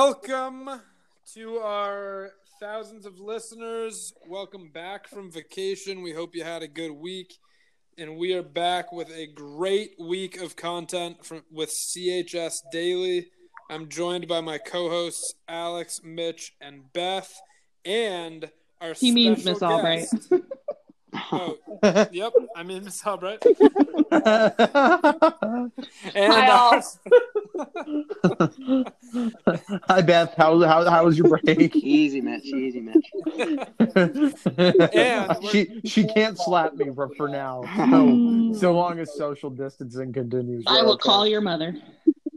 Welcome to our thousands of listeners. Welcome back from vacation. We hope you had a good week. And we are back with a great week of content from, with CHS Daily. I'm joined by my co hosts, Alex, Mitch, and Beth, and our He means special Miss Albright. guest. Oh, yep, I mean Miss Albright. Hi And Hi, our- Beth, how how how was your break? Easy, Mitch. Easy, Mitch. she she can't slap me for, for now. So, Mm. so long as social distancing continues. I will call your mother.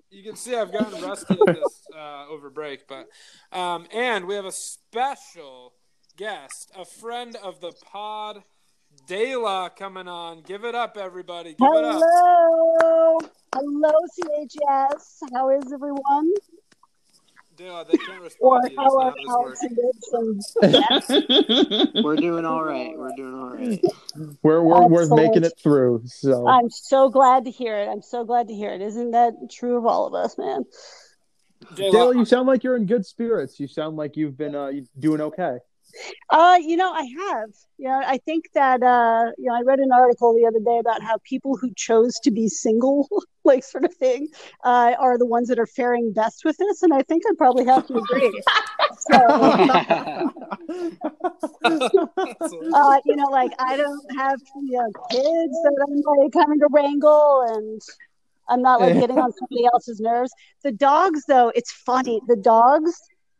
You can see I've gotten rusty at this uh, over break, but um, and we have a special guest, a friend of the pod, Dayla, coming on. Give it up, everybody! Give it up. Hello. Hello, CHS. How is everyone? Dayla, they can't Or respond to you. That's not how are how Alex this works. and Gibson? We're doing all right. We're doing all right. We're we're, we're Absolutely. making it through. So I'm so glad to hear it. I'm so glad to hear it. Isn't that true of all of us, man? Dale, Dayla, you sound like you're in good spirits. You sound like you've been uh you doing okay. Uh, you know, I have. You know, I think that uh, you know, I read an article the other day about how people who chose to be single, like sort of thing, uh, are the ones that are faring best with this, and I think I probably have to agree. so, uh, you know, like I don't have you know, kids that I'm like having to wrangle, and I'm not like getting on somebody else's nerves. The dogs, though, it's funny. The dogs,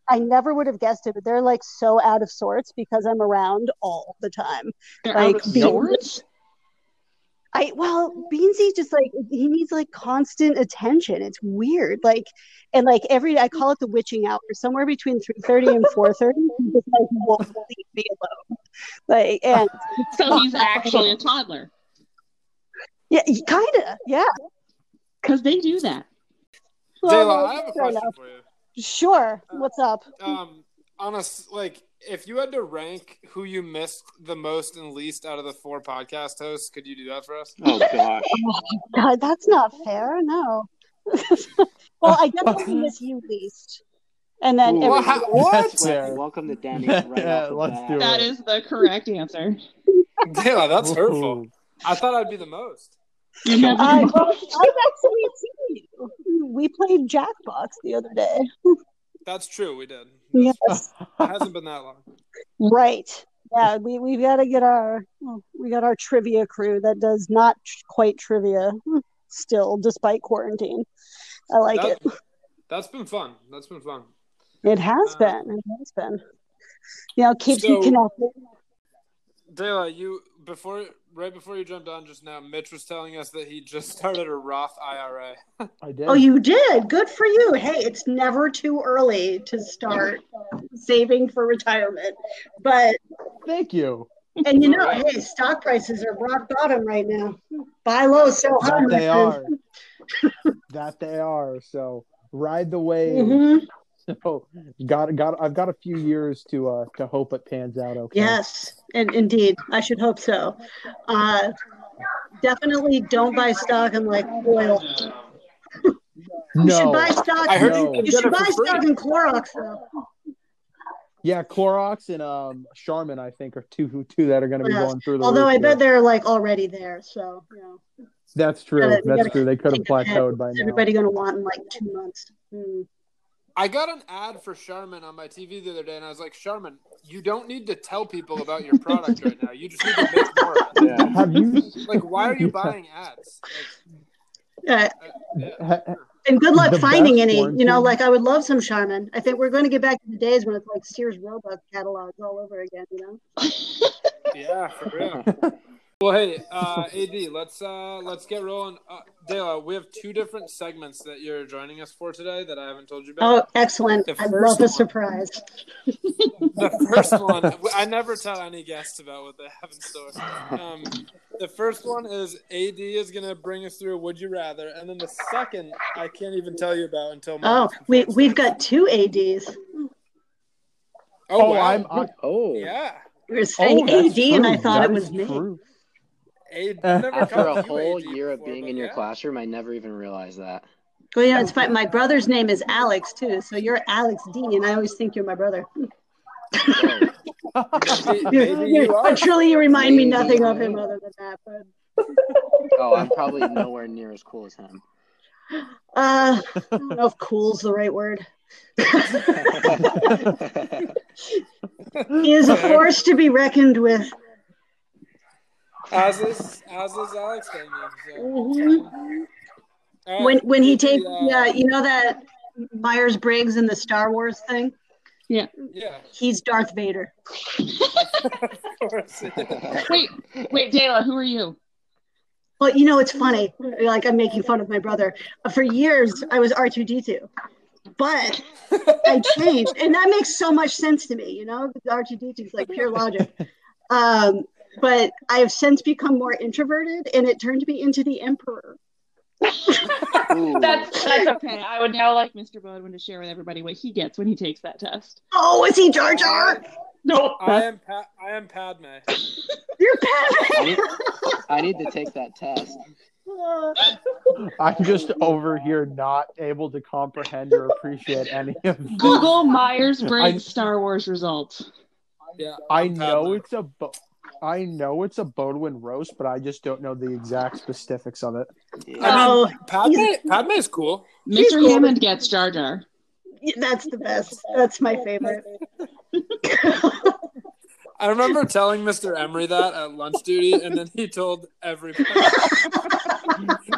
I never would have guessed it, but they're like so out of sorts because I'm around all the time. They're Like, out of being- sorts. I well, Beansy just like he needs like constant attention. It's weird, like, and like every I call it the witching hour. Somewhere between three thirty and four thirty, he just like won't leave me alone. Like, and So he's actually a toddler yeah, kind of, yeah. because they do that. Well, Dayla, I have a fair question enough. for you. Sure. What's up? Um, honest, like if you had to rank who you missed the most and least out of the four podcast hosts, could you do that for us? oh gosh. God, that's not fair. No. well, I definitely miss you least. And then Ooh. every, Wow. That's Wel- fair. Welcome to Denny. Right Yeah, off the let's bat. do it. That is the correct answer. Dayla, that's hurtful. Ooh. I thought I'd be the most. You never I, know. well, I've actually seen you. We played Jackbox the other day. That's true. We did. That's- Yes. It hasn't been that long. right. Yeah, we we've got to get our well, we got our trivia crew that does not tr- quite trivia still despite quarantine. I like That- it. That's been fun. That's been fun. It has uh, been. It has been. You know, keeps So- you connected. Dayla, you before right before you jumped on just now, Mitch was telling us that he just started a Roth IRA. I did. Oh, you did. Good for you. Hey, it's never too early to start saving for retirement. But, Thank you. and you know, hey, stock prices are rock bottom right now. Buy low, sell high. That my they are. friend. that they are. So ride the wave. Mm-hmm. Mhm. So Oh, got got I've got a few years to uh to hope it pans out okay. Yes, and indeed. I should hope so. Uh, definitely don't buy stock in like oil. You should No. buy stock. I heard No. you You did should it buy for stock free. in Clorox, though. yeah, Clorox and um Charmin I think are two two that are going to be Yes. going through the Although roof I bet here. they're like already there. So, you know, That's true. gotta- we That's gotta true. They could have think ahead. plateaued by what's now. everybody going to want in like two months? Hmm. I got an ad for Charmin on my TV the other day, and I was like, Charmin, you don't need to tell people about your product right now. You just need to make more. of it." Yeah. Have you Like, why are you Yeah. buying ads? Uh, Like, yeah. ha- ha- And good luck The finding best any. You know, quarantine- like I would love some Charmin. I think we're going to get back to the days when it's like Sears Roebuck catalogs all over again. You know, Yeah, for real. Well, hey, uh, Ad, let's uh, let's get rolling. Uh, Dayla, we have two different segments that you're joining us for today that I haven't told you about. oh, excellent! The I first love one. a surprise. Oh. the first one, I never tell any guests about what they have in store. Um, the first one is AD is gonna bring us through Would You Rather, and then the second I can't even tell you about until. my- Oh, we we've got two ads. Oh, oh, wow. I'm I, Oh. yeah. We were oh, saying ad, that's and I true. thought That it was is me. true. AD, never After Uh, called a you whole AD year of before, being but in your yeah. classroom, I never even realized that. Well, you know, it's fine. My brother's name is Alex too, so you're Alex D, and I always think you're my brother. Oh, Maybe you are. But truly, you remind me nothing of him other than that. But Oh, I'm probably nowhere near as cool as him. uh, I don't know if "cool's" the right word. He is a force to be reckoned with. As is, as is Alex Daniels. All right, Mm-hmm. When when he takes, the, uh, yeah, you know that Myers Briggs in the Star Wars thing. yeah, He's Darth Vader. of course. Wait, wait, Dayla, who are you? Well, you know, it's funny. Like I'm making fun of my brother. For years, I was R2D2, but I changed, and that makes so much sense to me. You know, R2D2 is like pure logic. Um, but I have since become more introverted, and it turned me into the emperor. Ooh. That's that's okay. I would now like Mr. Bodwin to share with everybody what he gets when he takes that test. Oh, is he Jar Jar? No, I am pa- I am Padme. You're Padme. I need, I need to take that test. I'm just over here not able to comprehend or appreciate any of this. Google Myers I- Briggs Star Wars results. Yeah, I I'm know Padme. it's a bo- I know it's a Bodwin roast, but I just don't know the exact specifics of it. I mean, Oh, Padme. Padme's cool. He's Mr. cool. Hammond gets Jar Jar. that's the best. That's my favorite. I remember telling Mr. Emery that at lunch duty, and then he told everybody.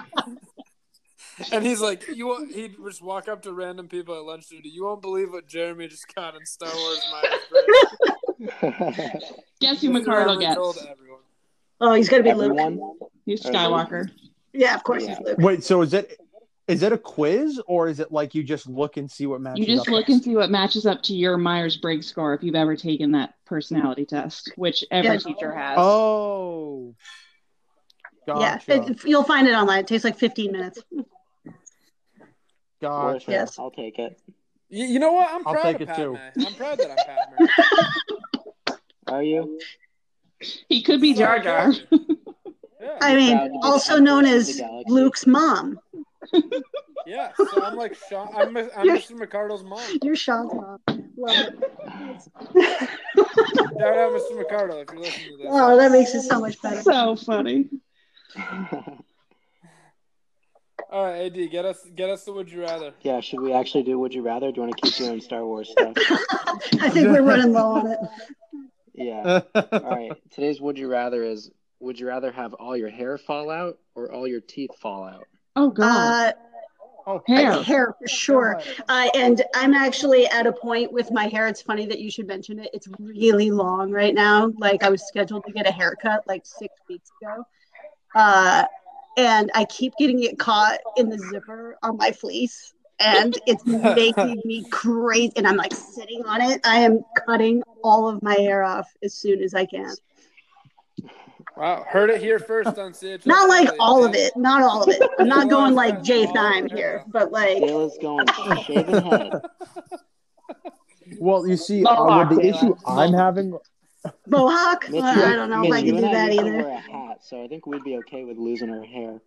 and he's like, "You won't, he'd just walk up to random people at lunch duty. You won't believe what Jeremy just got in Star Wars." Myers Briggs." Guess who Mr. McCardle Emery told gets? everyone. Oh, he's gonna be Luke. Everyone? He's Everybody. Skywalker. Yeah, of course he's Luke. Wait, so is it is it a quiz or is it like you just look and see what matches? You just up look and see what matches up to your Myers Briggs score if you've ever taken that personality test, which every Yeah. teacher has. Oh, gotcha, Yeah, it, you'll find it online. It takes like 15 minutes. Well, gotcha. sure, Yes. I'll take it. You, you know what? I'm I'll proud take of it, Padme. too. I'm proud that I'm Padme. Are you? He could be Jar Jar. Yeah, I mean, also known as Luke's mom. yeah. So I'm like, Sean, I'm, I'm Mr. McCardle's mom. You're Sean's mom. Love it. Shout out, Mr. McCardle, if you're listening to this. Oh, that makes it so much better. so funny. All right, Ad, get us, get us the would you rather. yeah, should we actually do Would You Rather? Do you want to keep doing Star Wars stuff? I think we're running low on it. Uh, Yeah. All right. Today's Would You Rather is Would you rather have all your hair fall out or all your teeth fall out? Oh god. Uh, oh, Hair. hair for sure. Uh, and I'm actually at a point with my hair. It's funny that you should mention it. It's really long right now. Like I was scheduled to get a haircut like six weeks ago. Uh, and I keep getting it caught in the zipper on my fleece. And it's making me crazy. And I'm like sitting on it. I am cutting all of my hair off as soon as I can. Wow, heard it here first on CHS. Not like all of it. Not all of it. I'm not going like Jay All Thyme of it. here, but like. Dayla's going shaven head. well, you see, Mohawk, uh, with the Taylor. issue I'm Mohawk. having, Mohawk? Mitch, Uh, you- I don't know if Mitch, I you can and do I that used to either. Wear a hat, so I think we'd be okay with losing our hair.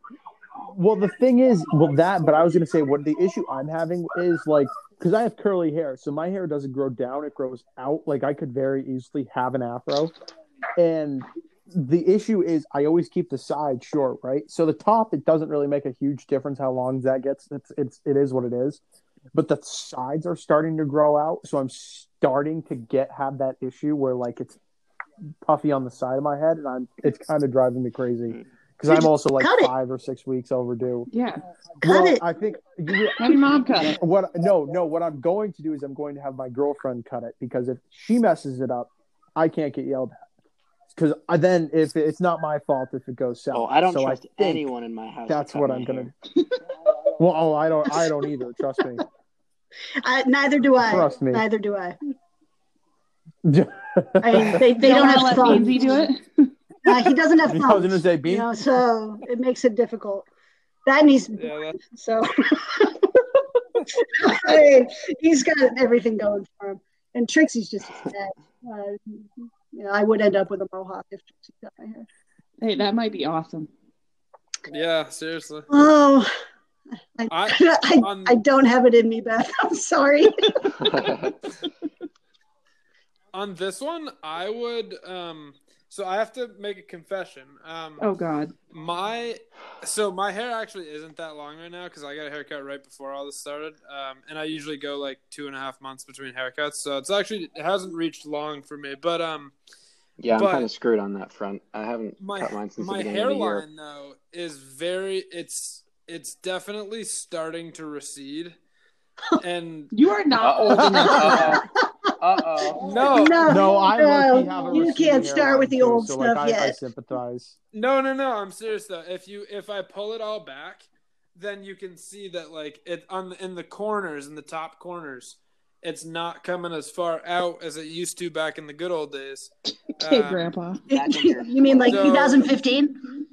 well, the thing is, well, that, but I was gonna say, what the issue I'm having is like, because I have curly hair, so my hair doesn't grow down; it grows out. Like I could very easily have an afro, and the issue is I always keep the side short, right? So the top it doesn't really make a huge difference how long that gets. It's it's it is what it is, but the sides are starting to grow out, so I'm starting to get have that issue where like it's puffy on the side of my head, and I'm it's kind of driving me Mm. crazy because I'm also like Cut it. five or six weeks overdue. yeah. Cut well, it. I think you, Have your mom cut it. what no no what i'm going to do is i'm going to have my girlfriend cut it because if she messes it up i can't get yelled at because then if it's not my fault if it goes south Oh, I don't so trust think anyone in my house. to that's cut what my i'm gonna hair. well oh i don't i don't either trust me I, neither do I. Trust me. Neither do I. I mean, they, they You don't wanna have let thumbs. Beansy do it. Uh, he doesn't have I was thumbs. gonna say, Bean- You know, so it makes it difficult. That needs Yeah, that, so. I mean, he's got everything going for him, and Trixie's just as bad. Uh, you know, I would end up with a mohawk if Trixie cut my hair. Hey, that might be awesome. yeah, seriously. Oh, I, I- um, I, on- I don't have it in me, Beth. I'm sorry. On this one, I would. Um, so I have to make a confession. Um, Oh God. My so my hair actually isn't that long right now because I got a haircut right before all this started, um, and I usually go like two and a half months between haircuts, so it's actually it hasn't reached long for me. But um, yeah, I'm But- kind of screwed on that front. I haven't my cut mine since the my beginning of the year. hairline though is very it's it's definitely starting to recede, and You are not Uh-oh. old enough. Uh oh. no, no, No, I low-key have a Oh, you receding can't start hairline, with the too, old so, stuff like, I, I yet. sympathize. No, no, no. I'm serious though. If you if I pull it all back, then you can see that like it on the, in the corners in the top corners, it's not coming as far out as it used to back in the good old days. Okay, Um, Grandpa. Back in here. you mean like So- 2015?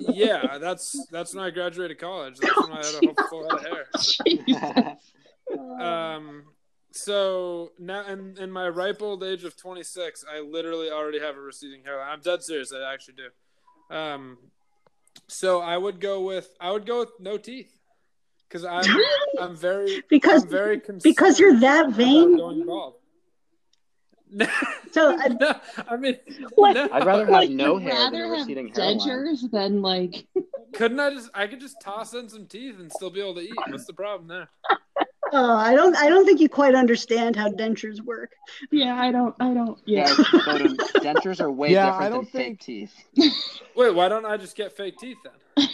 Yeah, that's that's when I graduated college. That's when I had a whole full head of hair. Jesus. Um, so now in in my ripe old age of 26, I literally already have a receding hairline. I'm dead serious. I actually do. Um, so I would go with I would go with no teeth because I'm Really? I'm very Because I'm very concerned because you're that about vain. going bald. no, So I, I mean, What? no. I'd rather have Like, no you'd hair than a rather have receding hairline. dentures than like couldn't I just I could just toss in some teeth and still be able to eat. What's the problem there? oh, I don't I don't think you quite understand how dentures work. yeah I don't I don't yeah Guys, Bowden, dentures are way Yeah, I different than don't fake think- teeth. Wait, why don't I just get fake teeth then?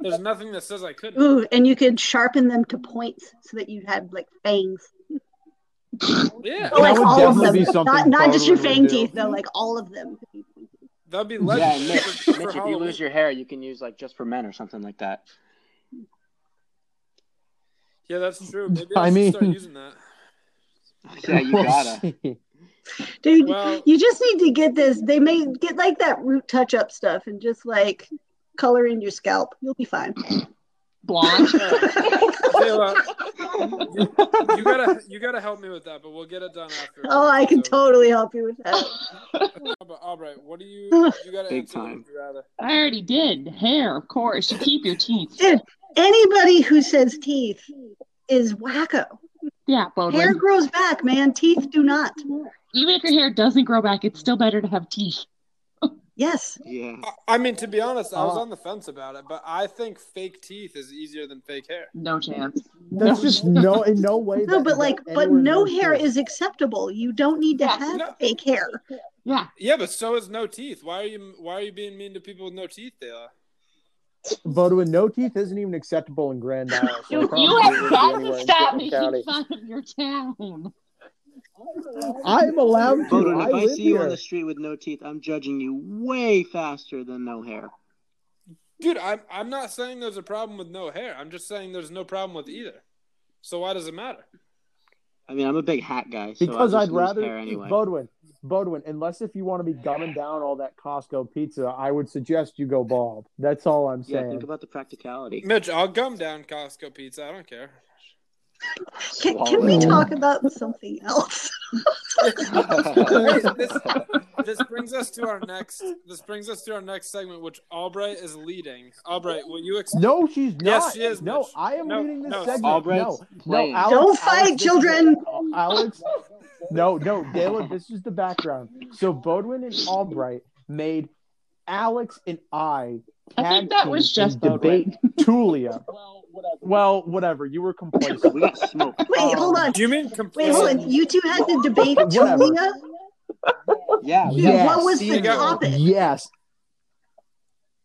There's nothing that says I couldn't. Ooh, and you could sharpen them to points so that you had like fangs. Yeah, But, like would all of definitely them, be something not not just your Baldwin would fang do. teeth though, like all of them. that'd be Yeah, legendary. Mitch, for Mitch if you Halloween. lose your hair, you can use like just for men or something like that. yeah, that's true. Maybe I I, should mean- start using that. Yeah, you We'll gotta. see. Dude, Well- you just need to get this. They may get like that root touch up stuff and just like color in your scalp. You'll be fine. blonde. Kayla, you, you gotta you gotta help me with that, but we'll get it done after. Oh, I can totally help you with that. But Albright, what do you you gotta Big answer? time. Would you rather? I already did hair, of course. You keep your teeth. Dude, anybody who says teeth is wacko. Yeah, Hair Oh, Baldwin. grows back, man. Teeth do not. Even if your hair doesn't grow back, it's still better to have teeth. Yes. Yeah. I- I mean, to be honest, I was Oh. on the fence about it, but I think fake teeth is easier than fake hair. No chance. That's just no in no way. No, that- but that like, but anywhere no near hair here. is acceptable. You don't need to Yes. have No. fake hair. Yeah. Yeah, but so is no teeth. Why are you why are you being mean to people with no teeth, Dale? But with no teeth isn't even acceptable in Grand Isle. So You, probably you wouldn't have be got anywhere to in stop Fulton making County. fun of your town. I'm allowed to. Bowden, I if I live see here. you on the street with no teeth, I'm judging you way faster than no hair. Dude, I'm I'm not saying there's a problem with no hair. I'm just saying there's no problem with either. So why does it matter? I mean, I'm a big hat guy, so because I just I'd lose rather hair anyway. Bodwin. Bodwin, unless if you want to be gumming down all that Costco pizza, I would suggest you go bald. That's all I'm Yeah, saying. think about the practicality. Mitch, I'll gum down Costco pizza. I don't care. Can, can we Swallow. talk about something else? Wait, this, this brings us to our next. This brings us to our next segment, which Albright is leading. Albright, will you explain? no, she's not. Yes, she is, No, Mitch. I am No, leading this no, segment. Albright's no, playing. no, Alex, Don't Alex, fight, this is- children. Alex, no, no, Dalen, this is the background. So Bodwin and Albright made Alex and I. I think tag that was team just in debate Baldwin. Tulia. Well, whatever. You were complacent. we got smoke. Oh, Wait, hold on. Do you mean complete? Wait, hold on. You two had to debate Whatever. Tulia? Yeah, we Yes. got What was You the semen. got- topic? Yes.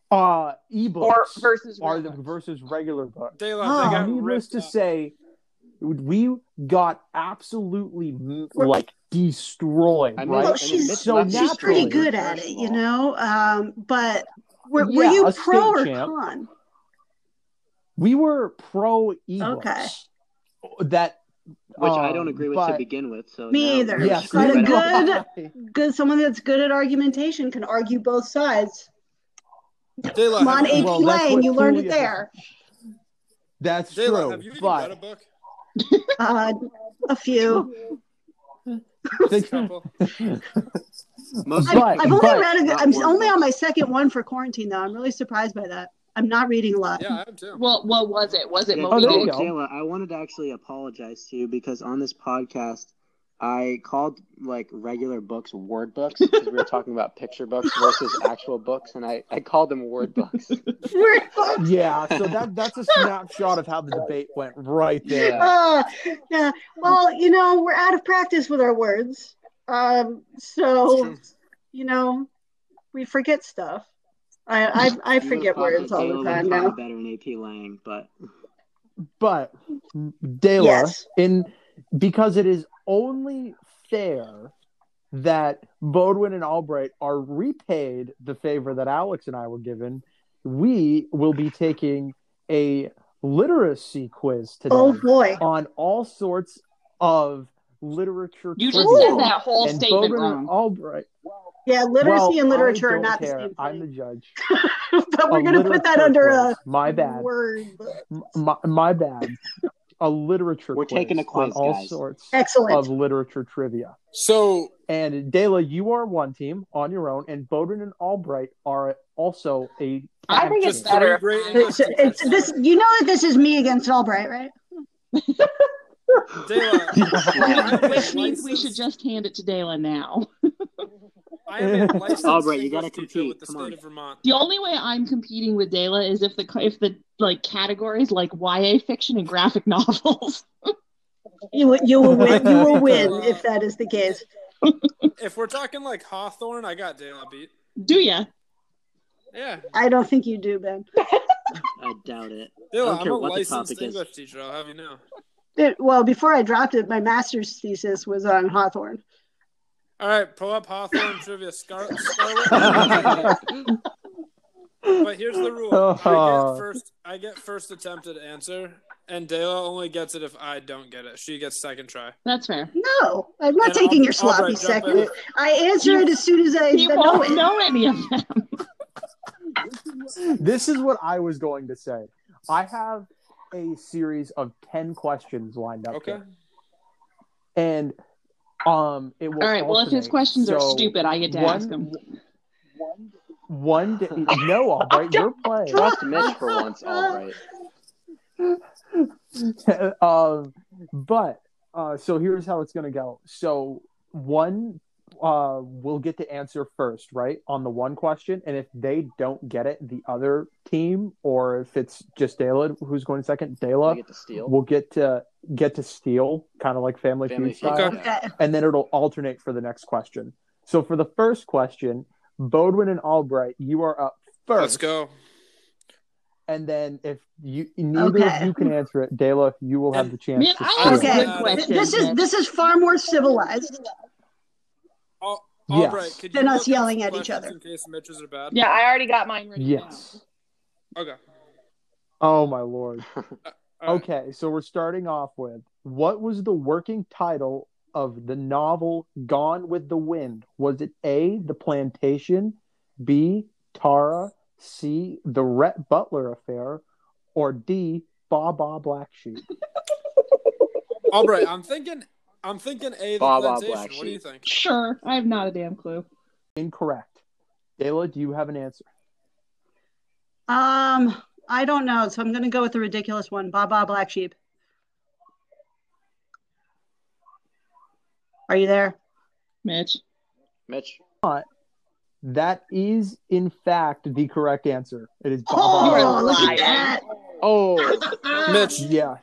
Uh ebooks Or versus are the regular. versus regular books. Daylight, Oh. they got Needless ripped to up. say, we got absolutely m- like destroyed, I mean, right? Well, and she's Mitch so left she's naturally, pretty naturally- good at first it, of you all. know. Um, but were, were Yeah, you a pro state or champ. con? we were pro ebooks. Okay. That Which I um, don't agree with but- to begin with. So Me now either. we're Yeah, Yes, screwed but a right good- off. Good, someone that's good at argumentation can argue both sides. Daylight, Come have, on, AP you- Well, that's Lane, what you learned it Tulia- there. That's Daylight, have you true. even read a But book? Uh, a few. A Did you- couple. Most I've, But- I've only but- read. A, not I'm one only book. on my second one for quarantine though. I'm really surprised by that. I'm not reading a lot. Yeah, I am too. Well, what was it? Was it Yeah, Moby Oh, there you Dick? go. Kayla, I wanted to actually apologize to you because on this podcast, I called like regular books word books because we were talking about picture books versus actual books, and I, I called them word books. Yeah, so that that's a snapshot of how the debate went right there. Uh, yeah. Well, you know, we're out of practice with our words. Um, so, It's you know, we forget stuff. I, I, I You forget would've thought that Kayla words all the would time probably now. Better in AP Lang, but But Dela, Yes. in because it is only fair that Bodwin and Albright are repaid the favor that Alex and I were given, we will be taking a literacy quiz today Oh boy. on all sorts of literature. You just trivia. said that whole And statement Bodwin wrong. and Albright. Yeah, literacy Well, and I literature are don't not care. the same I'm the thing. judge. but we're A gonna put that literature under quiz. a my bad. word. book. M- My, my bad. A literature We're quiz taking a on quiz, all guys. sorts Excellent. of literature trivia. So And Dela, you are one team on your own, and Bowden and Albright are also a. I think it's just better. three if great I- English It's- it's- this, you know that this is me against Albright, right? Dela, Which means we should just hand it to Dela now. I am a licensed Albright, you English gotta teacher compete. with the Come state on. of Vermont. The only way I'm competing with Dela is if the if the like categories like YA fiction and graphic novels. You will- you will win. You will win if that is the case. If we're talking like Hawthorne, I got Dela beat. Do ya? Yeah, I don't think you do, Ben. I doubt it. I Dela, don't I'm care a what the licensed topic is. English teacher. I'll have you know. It- well, before I dropped it, my master's thesis was on Hawthorne. All right, pull up Hawthorne trivia. Scar- Scarlet. but here's the rule: I Oh. get first. I get first attempted answer, and Dela only gets it if I don't get it. She gets second try. That's fair. No, I'm not And taking Al- your sloppy Albright, jump second. in. I answer it as soon as I He know won't it. know any of them. this is what I was going to say. I have a series of ten questions lined up, Okay. here, and um, it will. All right. Well, if his alternate. questions are So stupid, I get to one- ask him. One day, no, Albright, you're playing. Trust Mitch for once, Albright. um, but uh, so here's how it's gonna go. So one uh, will get to answer first, right, on the one question, and if they don't get it, the other team, or if it's just Dela who's going second, I Dela get to steal. will get to get to steal, kind of like Family, Family Feud style, Okay. Yeah. Okay. and then it'll alternate for the next question. So for the first question, Bodwin and Albright, you are up first Let's go. and then if you neither Okay. of you can answer it, Dela, you will have And- the chance. Man, to I steal. asked Okay. Good question, This is this is far more civilized. Al- Yes. Albright, could you They're not look up yelling some at each questions other. in case Mitch's are bad? Yeah, I already got mine ready. Yes. Okay. Oh my lord. All right. Okay, so we're starting off with what was the working title of the novel Gone with the Wind? Was it A, The Plantation, B, Tara, C, The Rhett Butler Affair, or D, Ba Ba Black Sheep? Albright, I'm thinking. I'm thinking A. The Bob, Bob, plantation. Black what do you Sheep. think? Sure. I have not a damn clue. Incorrect. Dela, do you have an answer? Um, I don't know, so I'm gonna go with the ridiculous one. Baba Black Sheep. Are you there? Mitch. Mitch. That is, in fact, the correct answer. It is Ba Ba Oh, Black You're a look liar. at that. Oh. Mitch, Yeah. Um,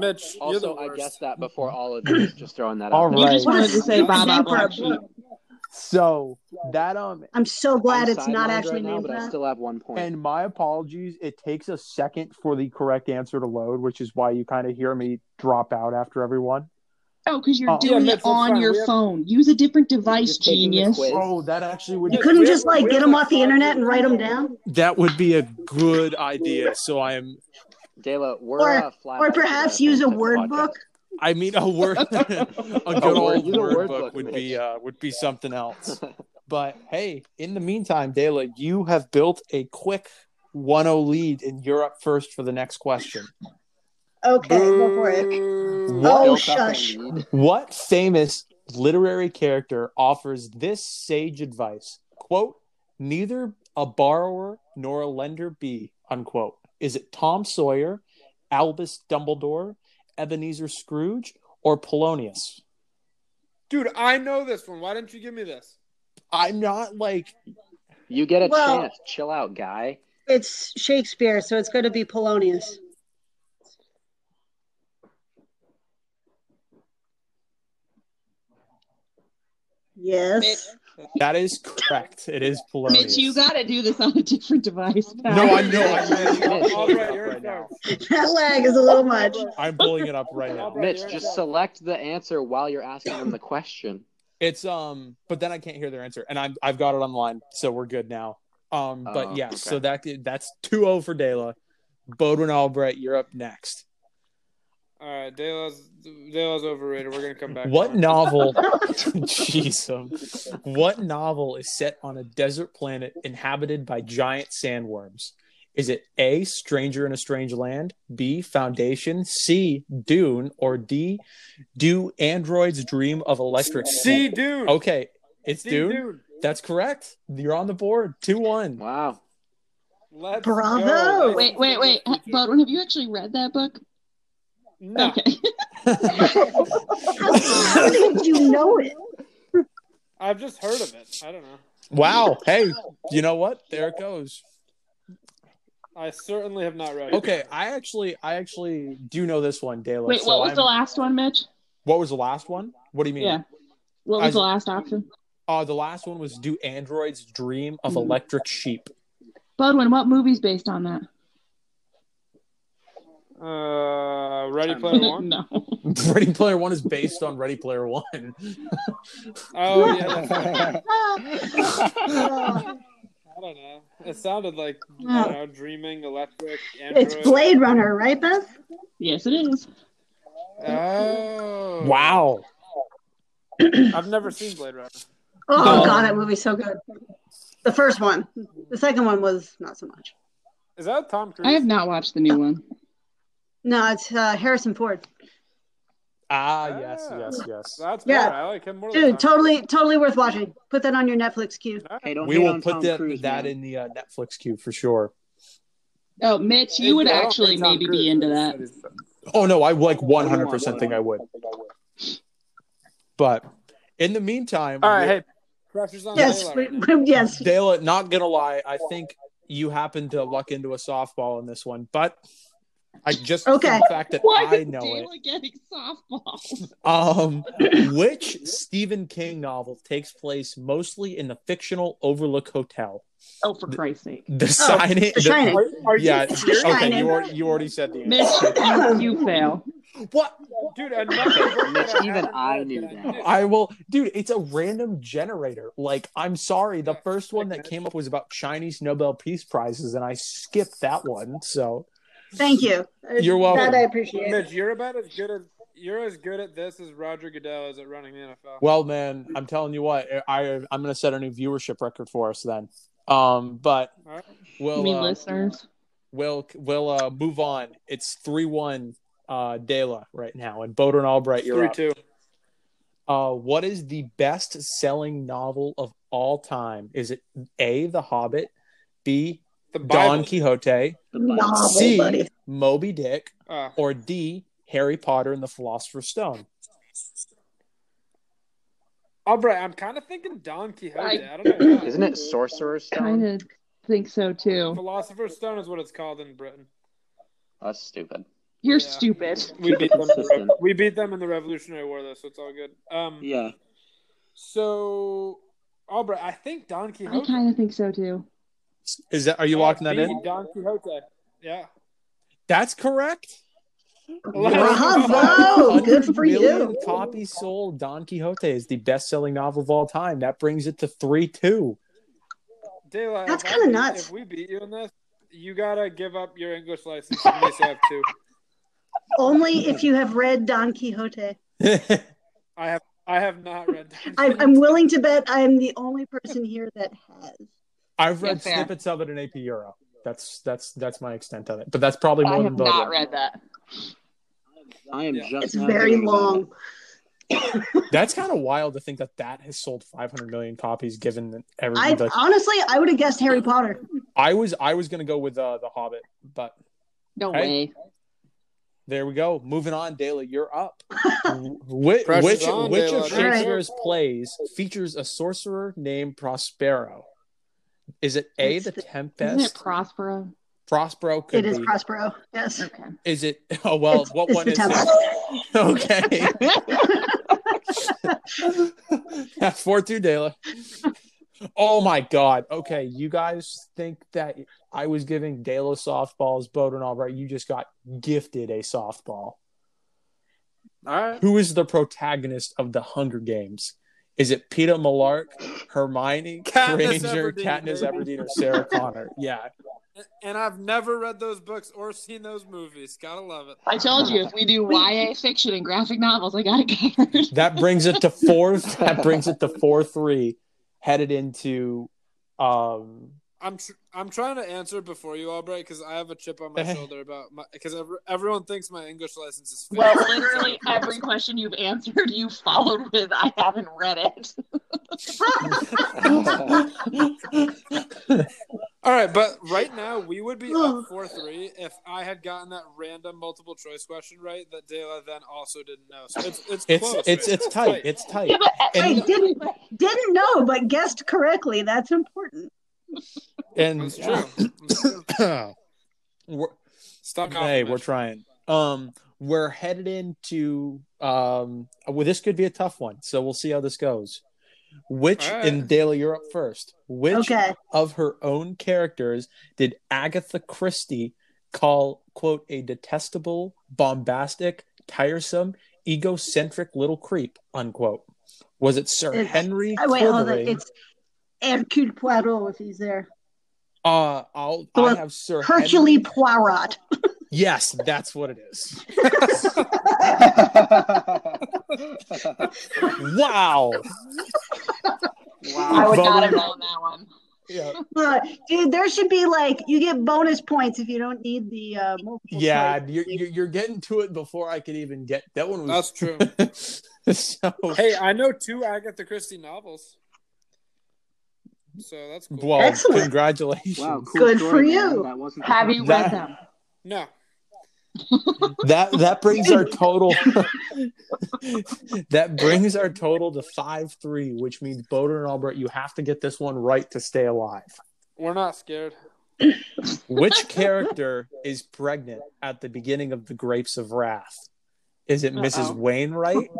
Mitch, you're the Also, I worst. guessed that before all of you. Just throwing that out. All there. You just Right. wanted to say What a bye bye black zebra. sheep. So that um I'm so glad I'm it's not sidelined actually right now, named but I that. still have one point. and my apologies, it takes a second for the correct answer to load, which is why you kind of hear me drop out after everyone. Oh, because you're Oh. Yeah, doing Mitch, it that's on fine. your We have- phone. Use a different device, You're taking the genius. quiz. Oh, that actually would You Mitch, couldn't we have- just like we get have them like off the five internet and minutes. write them down, that would be a good idea. So I am Dela, we're Or- uh, fly by or the perhaps wayside use a type of word podcast. book. I mean a word a A good word- old use word, a word book, book, would Mitch. be uh would be something else. But hey, in the meantime, Dela, you have built a quick 1-0 lead and you're up first for the next question. Okay, go for it. What Oh, Built up a shush. lead. What famous literary character offers this sage advice? Quote, neither a borrower nor a lender be unquote? Is it Tom Sawyer, Albus Dumbledore, Ebenezer Scrooge, or Polonius? Dude, I know this one. Why didn't you give me this? I'm not like You get a Well- chance. Chill out, guy. It's Shakespeare, so it's going to be Polonius. Yes. that is correct. It is Polonius. Mitch, you gotta do this on a different device. pal. No, I know. I Mitch, All look it right, up here right it now. goes. That lag is a little much. I'm pulling it up right now. Right, Mitch, you're just right. select the answer while you're asking him the question. It's um, but then I can't hear their answer, and I'm I've got it online, so we're good now. Um, but Oh, yeah, okay. so that that's 2-0 for Dela. Bodwin Albright, you're up next. All right, Dale's Dale's overrated. We're gonna come back. What no? novel? Jeez, um, what novel is set on a desert planet inhabited by giant sandworms? Is it A, Stranger in a Strange Land, B, Foundation, C, Dune, or D, Do Androids Dream of Electric See, Sheep? dude. Okay, it's See, Dune. That's correct. You're on the board. 2 1. Wow. Let's Bravo. go. Wait, wait, wait. Ha- Baldwin, have you actually read that book? No. Okay. How, how did you know it? I've just heard of it. I don't know. wow. Hey, you know what? There it goes. I certainly have not read it. Okay, I actually I actually do know this one, Dale. Wait, what was the last one, Mitch? What was the last one? What do you mean? Yeah. What I- was the last option? Uh, the last one was Do Androids Dream of Mhm. Electric Sheep? Baldwin, what movie's based on that? Uh, Ready Time. Player One. no. Ready Player One is based on Ready Player One. Oh yeah. that's right. Uh, I don't know. It sounded like I don't know, dreaming electric. Android. it's Blade Runner, right, Beth? Yes, it is. Oh. wow. I've never seen Blade Runner. Oh Um, god, that movie's so good. The first one. The second one was not so much. Is that Tom Cruise? I have not watched the new one. No, it's uh, Harrison Ford. Ah, yes, yes, yes. That's Yeah. better. I like him more. than Dude, Tom Cruise. totally, totally worth watching. Put that on your Netflix queue. Hey, don't We hate will on put Tom that Cruise, that man. in the uh, Netflix queue for sure. Oh, Mitch, you would I don't actually think Tom maybe Cruise be into is- that. is- Oh no, I like one hundred percent think I would. But in the meantime, All right, hey. Pressure's on Yes, Layla we- right now. yes. Dale, not gonna lie, I think you happened to luck into a softball in this one, but I just Okay. the fact that Why I is know it. Dale getting softballs? Um, which Stephen King novel takes place mostly in the fictional Overlook Hotel? Oh, for Christ's sake. The signing. The Shining. yeah. The Okay, Shining. you already, you already said the Mitch, answer. you, you fail. What? Dude, another Mitch, book even that I haven't knew read that. I will, dude. It's a random generator. Like, I'm sorry. The first one that came up was about Chinese Nobel Peace Prizes, and I skipped that one. So, Thank you. Uh, You're welcome. That I appreciate. Mitch, you're about as good as you're as good at this as Roger Goodell is at running the NFL. well, man, I'm telling you what, eh, I I'm gonna set a new viewership record for us then. Um, but All right. we'll you mean uh, listeners? we'll we'll uh, move on. It's three one uh Dela right now, and Bowden Albright, you're Three two. up. Uh, what is the best selling novel of all time? Is it A. The Hobbit, B. The Don Bible. Quixote, Novel, C. buddy. Moby Dick, Uh, or D. Harry Potter and the Philosopher's Stone? Albright, Oh, I'm kind of thinking Don Quixote. I- I don't know. why. Isn't it Sorcerer's Stone? Kind of think so too. Philosopher's Stone is what it's called in Britain. That's stupid. You're Yeah. stupid. We beat them. Consistent. We beat them in the Revolutionary War, though, so it's all good. Um, Yeah. so Albright, I think Don I Quixote. kind of think so too. Is that are you Yeah, locking that B, in? Don Quixote. Yeah. That's correct. Bravo! Good for 100 million you. Copies sold. Don Quixote is the best-selling novel of all time. That brings it to three-two. Daylight, That's if I kinda beat- nuts. If we beat you in this, you gotta give up your English license. You just have to. Only if you have read Don Quixote. I have. I have not read. Don I, Quixote. I'm willing to bet I am the only person here that has. I've read That's fair. snippets of it in AP Euro. That's that's that's my extent of it. But that's probably more I than have Bowden. not read that. I am Yeah. just. It's now very hearing about long. it. That's kind of wild to think that that has sold 500 million copies. Given that every I like, honestly, I would have guessed Harry Potter. I was I was gonna go with uh, the Hobbit, but No Hey. way. there we go. Moving on, Dela, you're up. which Pressure's which, on, which Dela. of All right. Shakespeare's plays features a sorcerer named Prospero? Is it A It's the the- Isn't it Tempest? Prospero? Prospero could it is be. Prospero. Yes. Okay. is it oh well It's- what it's one the is Tempest. it? okay. That's four two Dela. Oh my god. Okay, you guys think that I was giving Dela softballs, Bowden Albright. You just got gifted a softball. All right. Who is the protagonist of the Hunger Games? Is it Peter Mullark, Hermione Katniss Granger, Everdeen, Katniss baby. Everdeen, or Sarah Connor? Yeah. And I've never read those books or seen those movies. Gotta love it. I told you if we do YA fiction and graphic novels, I got it covered. That brings it to four that brings it to four three, headed into um I'm tr- I'm trying to answer before you, Albright, because I have a chip on my shoulder about my because ev- everyone thinks my English license is fake. Well, literally every question you've answered, you followed with "I haven't read it." All right, but right now we would be up four three if I had gotten that random multiple choice question right that Dela then also didn't know. So it's it's it's close, it's right? it's tight. It's tight. Yeah, but And- I didn't didn't know, but guessed correctly. That's important. And That's true. That's true. We're- Stop. hey, coughing, we're Mitch. trying. Um, we're headed into um. Well, this could be a tough one, so we'll see how this goes. Which All right. in Daily Europe first? Which Okay. of her own characters did Agatha Christie call quote a detestable, bombastic, tiresome, egocentric little creep unquote? Was it Sir It's- Henry? Oh, wait, hold on. Quivering? It's Hercule Poirot if he's there. uh, I'll I Well, have Sir Henry- Hercule Poirot. Yes, that's what it is. Wow. I wow. would not Voted- have known that one. Yeah, Look, dude, there should be like you get bonus points if you don't need the uh, multiple yeah choice. you're, you're you're getting to it before I could even get that one. Was That's true. so hey, I know two Agatha Christie novels. So that's cool. well. Excellent. Congratulations. Wow, cool Good story, for man. you. That wasn't the Have you That- read them? no. That that brings our total. that brings our total to five three, which means Boder and Albert, you have to get this one right to stay alive. We're not scared. Which character is pregnant at the beginning of the Grapes of Wrath? Is it Uh-oh. Mrs. Wainwright,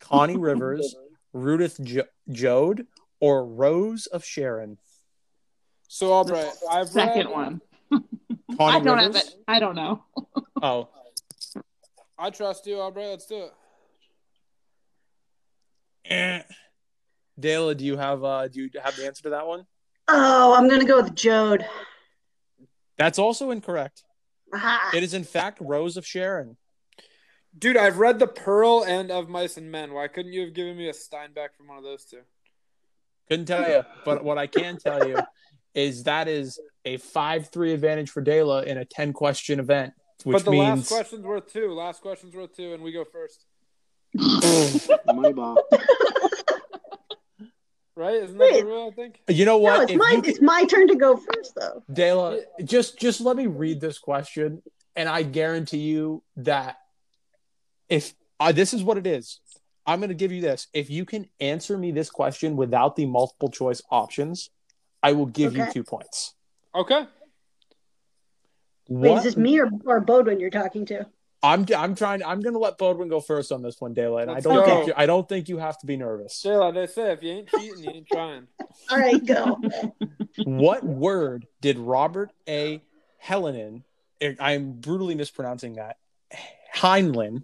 Connie Rivers, Rudith jo- Joad, or Rose of Sharon? So Albright, I've Second read, one. I Connie don't have Rivers? it. I don't know. Oh, I trust you, Albright. Let's do it. eh. Dela, do you have uh, do you have the answer to that one? Oh, I'm gonna go with Jode. That's also incorrect. Ah, It is in fact Rose of Sharon. Dude, I've read The Pearl and Of Mice and Men. Why couldn't you have given me a Steinbeck from one of those two? Couldn't tell you, but what I can tell you is that is a five three advantage for Dela in a ten question event, which but the last means question's worth two. Last question's worth two, and we go first. Moneyball. Right? Isn't that Wait. the rule, I think? you know what? no, it's If my you- it's my turn to go first though. Dela, just just let me read this question, and I guarantee you that if uh, this is what it is, I'm going to give you this. If you can answer me this question without the multiple choice options, I will give you Okay. two points. Okay. Wait, is What? this me or, or Bodwin you're talking to? I'm I'm trying. I'm going to let Bodwin go first on this one, Dela, and I Let's don't go. think you, I don't think you have to be nervous. Dayla, they say if you ain't cheating, you ain't trying. All right, go. what word did Robert A. Helenin, I'm brutally mispronouncing that, Heinlein,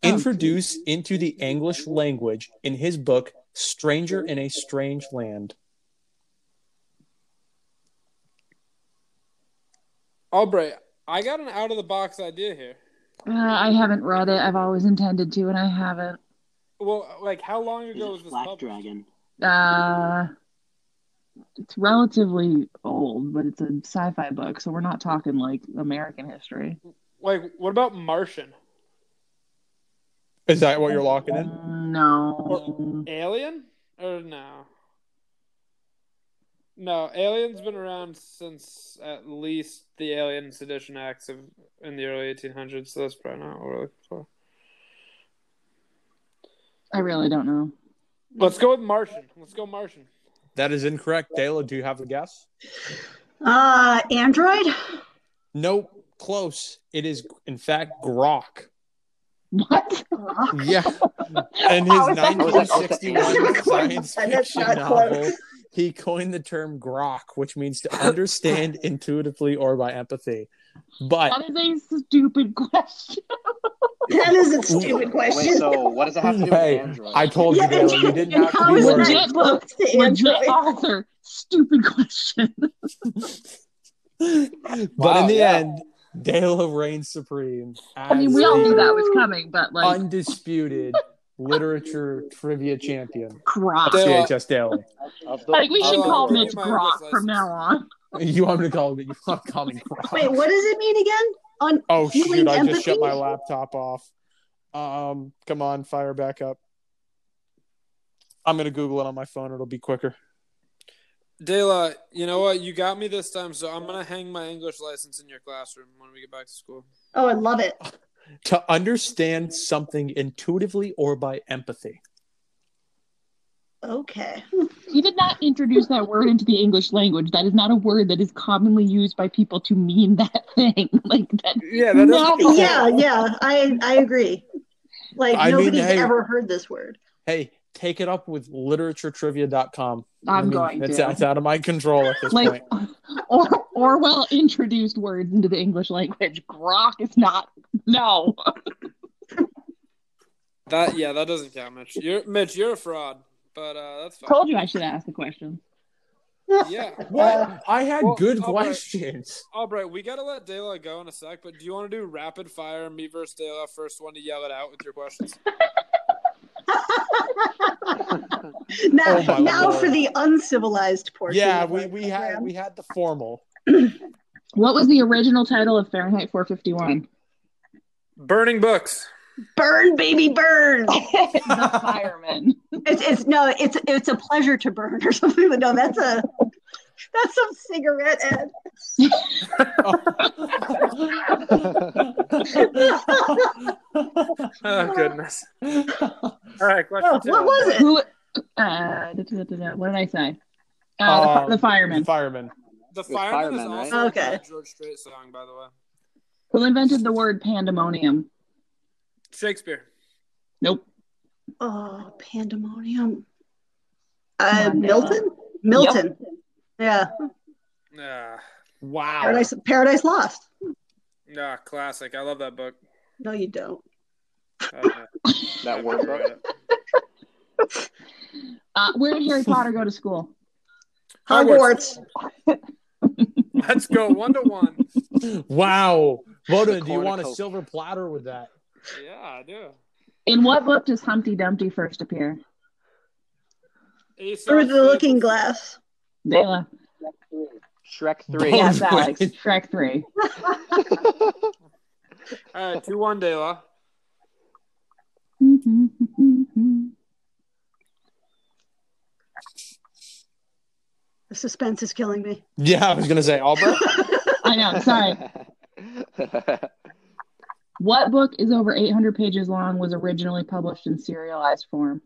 Oh, introduce into the English language in his book, Stranger in a Strange Land? Albright, I got an out of the box idea here. Uh, I haven't read it. I've always intended to, and I haven't. Well, like, how long Is ago was it this Black published? Dragon? Uh, it's relatively old, but it's a sci-fi book, so we're not talking like American history. Like, what about Martian? Is that what you're locking in? No, Alien? Or no? No, aliens been around since at least the Alien Sedition Acts of in the early 1800s. So that's probably not what we're looking for. I really don't know. Let's go with Martian. Let's go Martian. That is incorrect. Dayla, do you have a guess? Uh, Android? Nope. Close. It is, in fact, Grok. What? Yeah. And his How is that- How 1961 is science And that's fiction not close. novel, he coined the term grok, which means to understand intuitively or by empathy. But That is a stupid question. That is a stupid Wait, question. so what does it have to do with hey, Android? I told you, Yeah, and- Dale, you didn't and have to how be is worried. that Legit close to Android? Legit author. Stupid question. but Wow, in the yeah. end, Dale reigns supreme. I mean, as we all the knew that was coming, but like, undisputed literature trivia champion of Grok. Dale, CHS Daily. Of the- I think we I'll- should I'll call give Mitch you my Grok license. from now on. You want me to call me? You want to call me Grok? Wait, what does it mean again? On Oh Feeling shoot! I just shut empathy? my laptop off. Um, come on, fire back up. I'm gonna Google it on my phone. It'll be quicker. Dayla, you know what? You got me this time, so I'm gonna hang my English license in your classroom when we get back to school. oh, I love it. To understand something intuitively or by empathy. Okay. He did not introduce that word into the English language. That is not a word that is commonly used by people to mean that thing. Like that. Yeah, that doesn't- No. Yeah, yeah, I I agree. Like I mean, nobody's hey- ever heard this word. Hey, take it up with literaturetrivia.com. I'm going it's, to. It's out of my control at this Like point. or, Orwell introduced words into the English language. Grok is not. No. That yeah, that doesn't count, Mitch. You're Mitch, you're a fraud, but uh, that's fine. Told you I should ask the question. Yeah, What? Uh, I had well, uh, good all right. questions. Albright, Oh, we gotta let Dayla go in a sec, but do you want to do rapid fire me versus Dayla? First one to yell it out with your questions. now, Oh, my now Lord. for the uncivilized portion. Yeah, of we, our we had program. we had the formal. What was the original title of Fahrenheit 451? Burning books. burn, baby, burn. the fireman. It's, it's no, it's it's a pleasure to burn or something. But no, that's a that's some cigarette ad. Oh goodness. All right, Oh, question two. what was it? Who? Uh, da, da, da, da, what did I say? Uh, the, fi- Um, the fireman. Fireman. The was fireman is Fireman, right? also a Okay. George Strait song, by the way. Who invented the word pandemonium? Shakespeare. Nope. Oh, pandemonium. Uh, Come on, Milton. Milton. Yeah. Nah, Wow. Paradise. Paradise Lost. nah, classic. I love that book. No, you don't. Uh, that I've word never read book. it. Uh, where did Harry Potter go to school? Hogwarts. Hogwarts. Let's go one to one. Wow. Voda, The do you want a cornucopia. silver platter with that? Yeah, I do. In what book does Humpty Dumpty first appear? Aesop's Through the Fable- Looking Glass. Dayla. Shrek three. Yeah. Yes, Alex. Wait. Shrek 3. All right, Uh, two one, Dayla. The suspense is killing me. Yeah, I was gonna say Alba. I know, sorry. What book is over 800 pages long was originally published in serialized form?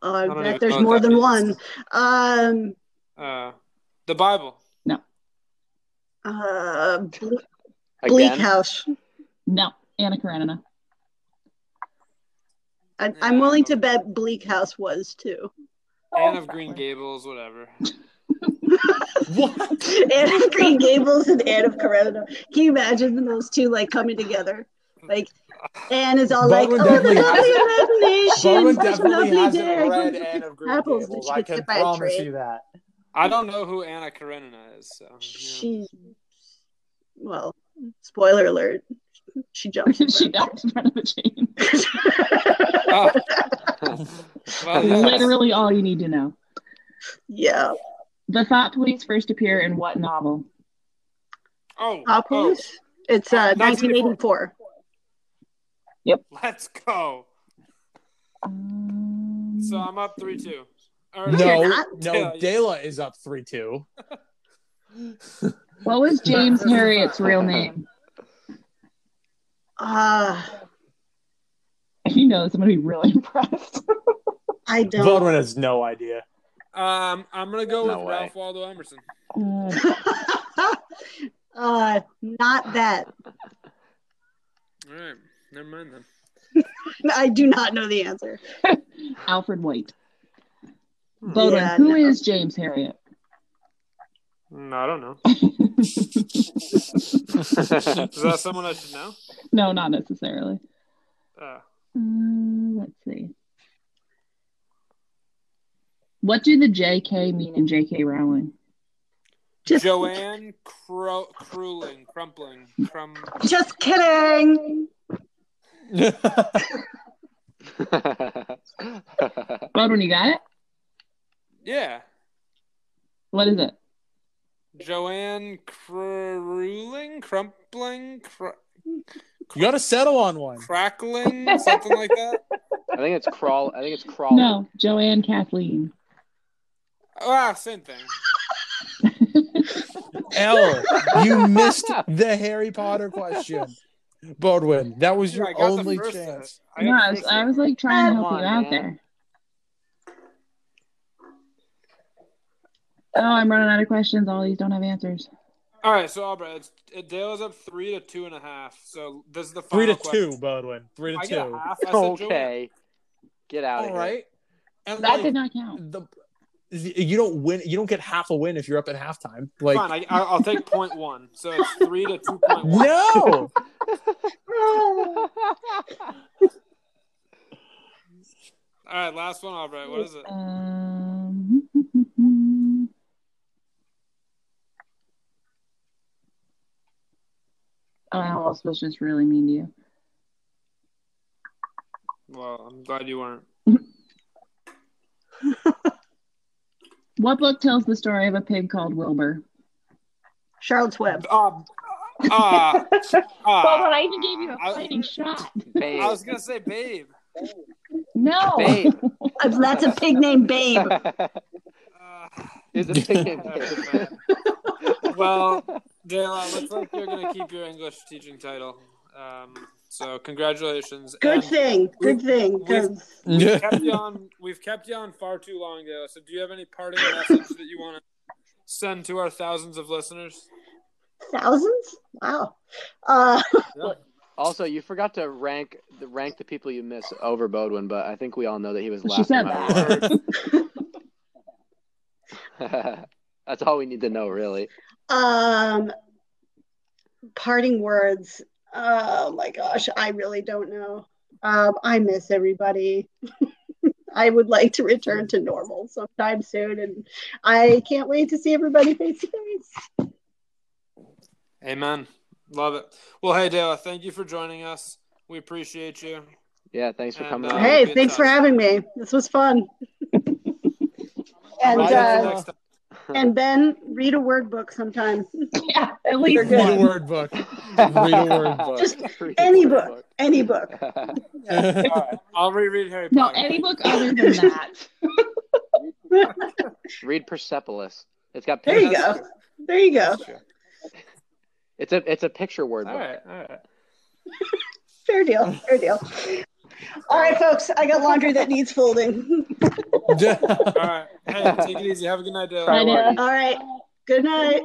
Oh, I I don't even bet know there's what more that than means. one. Um, Uh, the Bible. uh, Ble- Bleak Again, House. No, Anna Karenina. I, Yeah, I'm willing I to don't- bet Bleak House was too. Oh, Anne of Green Gables, whatever. what? Anne of Green Gables and Anne of Karenina. Can you imagine those two like coming together? Like Anne is all Bud like, would "Oh, the definitely lovely Bowman imagination, such a definitely lovely hasn't day." read Anne of Green apples that Gables. she I gets can hit by a promise train. you that. I don't know who Anna Karenina is. So, yeah. She, well, spoiler alert, she jumps. in she front of dies in front of a chain. the train. Oh, well, yes. Literally all you need to know. yeah, The Thought Police first appear in what novel? Oh, oh, Opolis. It's uh, 1984. Um, let's go. So I'm up three two. All right. No, not. no, Dela is up three two. What was James Harriet's real name? Uh, He knows. I'm gonna be really impressed. I don't. Baldwin has no idea. Um, I'm gonna go No with way. Ralph Waldo Emerson. Uh, uh, not that. All right, never mind then. I do not know the answer. Alfred White. Baldwin, Hmm. Yeah, who no. is James Harriet? I don't know. Is that someone I should know? No, not necessarily. Uh, Uh, let's see. What do the JK mean in JK Rowling? Just, Joanne Cro- Cruling, Crumpling, Crum. just kidding. Baldwin, you got it? Yeah, What is it? Joanne Cruling, Crumpling, cr- you got to settle on one. Crackling, something like that. I think it's crawl. I think it's crawling. No, Joanne Kathleen. Ah, same thing. Ella, you missed the Harry Potter question. Baldwin, that was Yeah, I your got the only first uh, of chance. it. I No, got I the was, first of I it. was like trying to Come help you on, out man. there. Oh, I'm running out of questions. All these don't have answers. All right, so Albert, it's, it Dale's up three to two and a half. So this is the Three final to question. two, Baldwin. Three to I get a two. half. I said Joanne. Okay, get out All of here. right. And That like, did not count. the you don't win. You don't get half a win if you're up at halftime. Like Fine, I, I- I'll take point one. So it's three to two point one. no. All right, last one, Albright. What is it? Um, oh, I almost was just really mean to you. Well, I'm glad you weren't. What book tells the story of a pig called Wilbur? Charlotte's Web. Um, ah, ah. Hold on, I even gave you a I- fighting shot. Babe. I was gonna say, babe. No. Babe. Uh, That's a pig named Babe. Uh, Is it picking babe? well, Dale, it looks like you're gonna keep your English teaching title. Um, so congratulations. Good And thing. Good thing. Because We've kept you on. We've kept you on far too long, Dale. So do you have any parting message that you want to send to our thousands of listeners? thousands? Wow. Uh, Also, you forgot to rank the rank the people you miss over Bodwin, but I think we all know that he was She last. said no matter that. what. That's all we need to know, really. um, parting words. Oh my gosh, I really don't know. Um, I miss everybody. I would like to return to normal sometime soon, and I can't wait to see everybody face to face. Amen. Love it. Well, hey, Dale, thank you for joining us. We appreciate you. Yeah, thanks for And, coming. uh, on. Hey, good thanks for times. having me. This was fun. and Right, until uh, next time. and Ben, read a word book sometime. yeah, at least You're Read a one. word book. Read a word book. Just Read a any word book, any book. book. All right. I'll reread Harry No, Potter. any book other than that. Read Persepolis. It's got There you pictures. go. There you go. That's true. It's a it's a picture word All book. right. All right. Fair deal. Fair deal. All right, folks. I got laundry that needs folding. All right. Hey, take it easy. Have a good night, Dale. Bye, Dale. All right. Good night.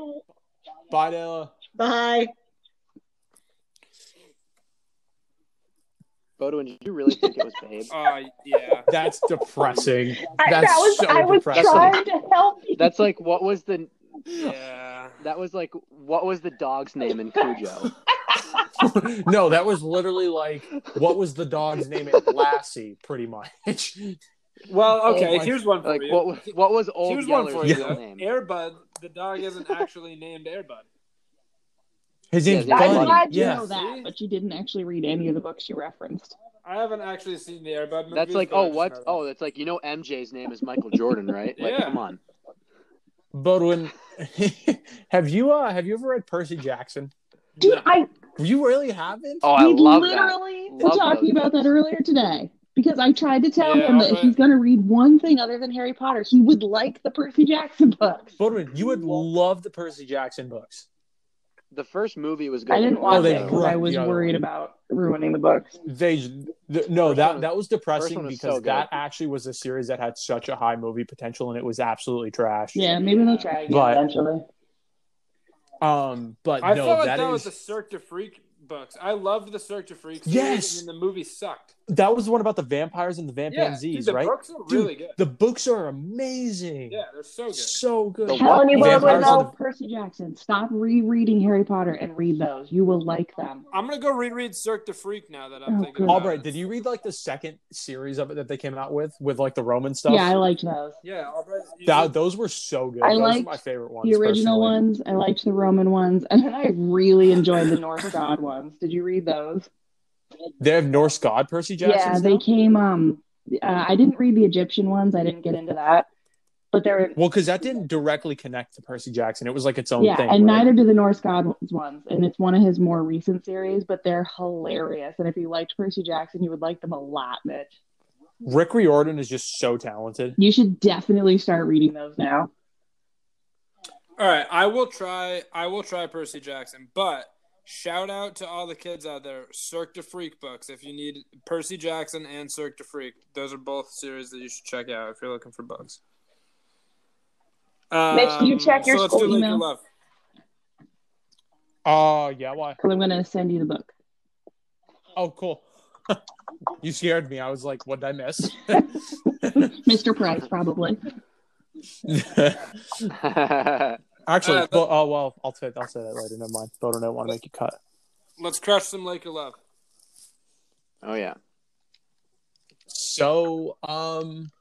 Bye, Della. Bye. Bodwin, did you really think it was Babe? Uh, yeah. That's depressing. I, That's that was so I was depressing. trying to help you. That's like what was the Yeah. that was like what was the dog's name in Oh, Cujo? no, that was literally like what was the dog's name at Lassie, pretty much. Well, Oh okay. my- here's one for Like you. what was what was old here's one Yeller's for you. real though. name? Airbud. The dog isn't actually named Airbud. His Yeah, name's yeah, Bunny. Bunny. glad you Yeah. know that, See? but you didn't actually read any of the books you referenced. I haven't actually seen the Airbud movies. That's like but I oh just what know that. oh that's like you know MJ's name is Michael Jordan right? Like Yeah. come on. Bodwin, have you uh have you ever read Percy Jackson? Dude, I You really haven't? Oh I we love that. literally Love were talking those about that books. earlier today because I tried to tell Yeah, him that if but- he's going to read one thing other than Harry Potter, he would like the Percy Jackson books. Bodwin, you would love the Percy Jackson books. The first movie was good. I didn't The watch Oh, they it because I ruined was the other worried one. about ruining the books. They th- no First that one- that was first depressing one was because so good. that actually was a series that had such a high movie potential and it was absolutely trash. Yeah, maybe they'll try again But- eventually. Um, but I no, felt like that that was is the Cirque du Freak books. I loved the Cirque du Freak. Series, Yes! and then the movie sucked. that was the one about the vampires and the vampanzees, dude, the right? books are Dude, really good. The books are amazing. Yeah, they're so good. So good. The Telling you, what? Baldwin, Vampires though, and- Percy Jackson, stop rereading Harry Potter and read those. You will like them. I'm gonna go reread Cirque du Freak now that I'm Oh, thinking. good. about Albright, it. did you read like the second series of it that they came out with with like the Roman stuff? Yeah, I liked those. Yeah, Albright. you That- should- those were so good. I those are liked my favorite ones. The original personally. ones, I liked the Roman ones, and then I really enjoyed the Norse god ones. Did you read those? They have Norse God Percy yeah, Jackson. they came. Um, uh, I didn't read the Egyptian ones. I didn't get into that, but there were Well, because that didn't directly connect to Percy Jackson. It was like its own yeah, thing. and right? neither do the Norse god ones, and it's one of his more recent series, but they're hilarious. And if you liked Percy Jackson, you would like them a lot, Mitch. Rick Riordan is just so talented. You should definitely start reading those now. All right, I will try. I will try Percy Jackson. But shout out to all the kids out there. Cirque du Freak books. If you need Percy Jackson and Cirque du Freak, those are both series that you should check out if you're looking for books. Um, Mitch, do you check your so let's school do Like Your email? Love. Oh yeah, why? Because I'm going to send you the book. Oh cool. you scared me. I was like, what did I miss? Mr. Price, probably. Actually, Uh, but, oh well, I'll say I'll say that later. Never mind. But I don't want to make you cut. Let's crush some Like Your Love. oh yeah. So, um,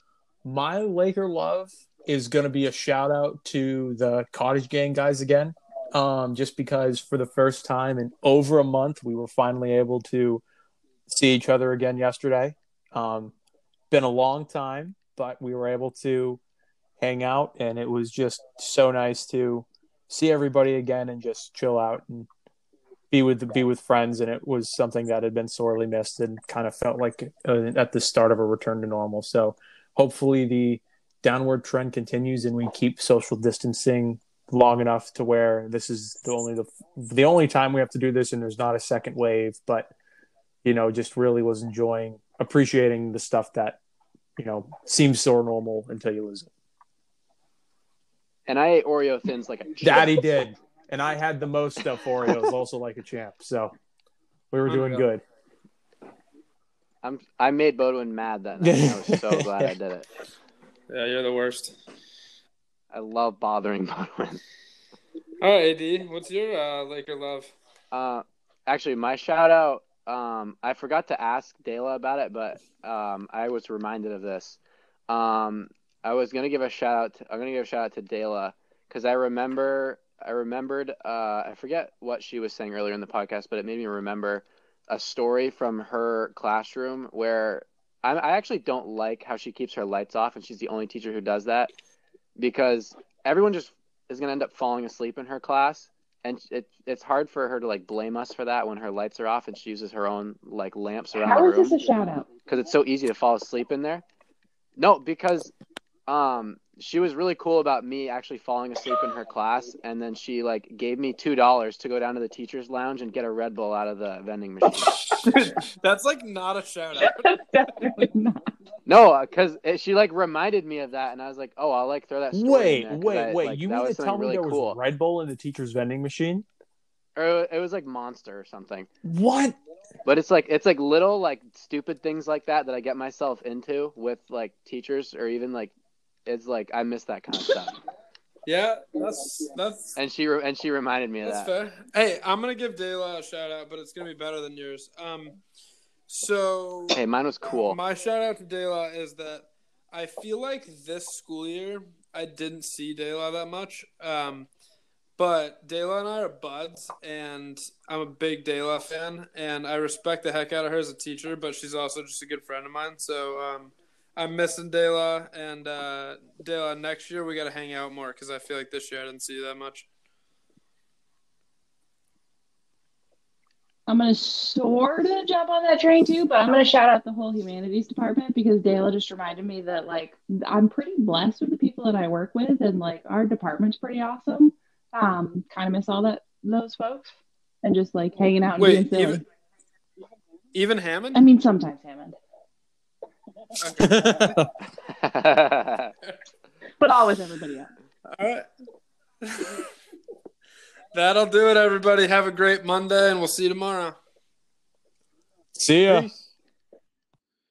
my Laker love is going to be a shout out to the Cottage Gang guys again. Um, just because for the first time in over a month, we were finally able to see each other again yesterday. Um, been a long time, but we were able to hang out, and it was just so nice to see everybody again and just chill out and be with be with friends and it was something that had been sorely missed and kind of felt like uh, at the start of a return to normal so hopefully the downward trend continues and we keep social distancing long enough to where this is the only the, the only time we have to do this and there's not a second wave but you know just really was enjoying appreciating the stuff that you know seems so normal until you lose it And I ate Oreo thins like a daddy did and i had the most stuff oreos also like a champ so we were doing good I'm I made Bodwin mad that night. and I was so glad I did it. Yeah, you're the worst. I love bothering Bodwin. All right, Ad, what's your uh, Laker love? Uh, actually, my shout out. Um, I forgot to ask Dela about it, but um, I was reminded of this. Um, I was gonna give a shout out. To, I'm gonna give a shout out to Dela because I remember. I remembered. Uh, I forget what she was saying earlier in the podcast, but it made me remember a story from her classroom where I, I actually don't like how she keeps her lights off, and she's the only teacher who does that because everyone just is gonna end up falling asleep in her class and it, it's hard for her to like blame us for that when her lights are off and she uses her own like lamps around How the is room this a shout out? because it's so easy to fall asleep in there no because um she was really cool about me actually falling asleep in her class and then she like gave me two dollars to go down to the teachers lounge and get a red bull out of the vending machine That's like not a shout out. Definitely not. no because she like reminded me of that and i was like oh i'll like throw that Wait, story in there 'cause wait, I- wait! like, you that mean to was tell something me really there was cool Red Bull in the teacher's vending machine? or it was like monster or something What? But it's like it's like little like stupid things like that that I get myself into with like teachers or even like it's like I miss that kind of stuff. Yeah, that's that's And she re- and she reminded me of That's that. fair. Hey, I'm gonna give Dayla a shout out, but it's gonna be better than yours. Um, so Hey, mine was cool. my shout out to Dayla is that I feel like this school year I didn't see Dayla that much. Um, but Dayla and I are buds, and I'm a big Dayla fan, and I respect the heck out of her as a teacher, but she's also just a good friend of mine. So um, I'm missing Dayla, and uh, Dayla, next year we got to hang out more because I feel like this year I didn't see you that much. I'm gonna sort of jump on that train too, but I'm gonna shout out the whole humanities department because Dayla just reminded me that like I'm pretty blessed with the people that I work with, and like our department's pretty awesome. Um, kind of miss all that those folks and just like hanging out and Wait, doing silly. even, even Hammond? I mean, sometimes Hammond, but always everybody else. All right. That'll do it, everybody. Have a great Monday, and we'll see you tomorrow. See ya. Peace.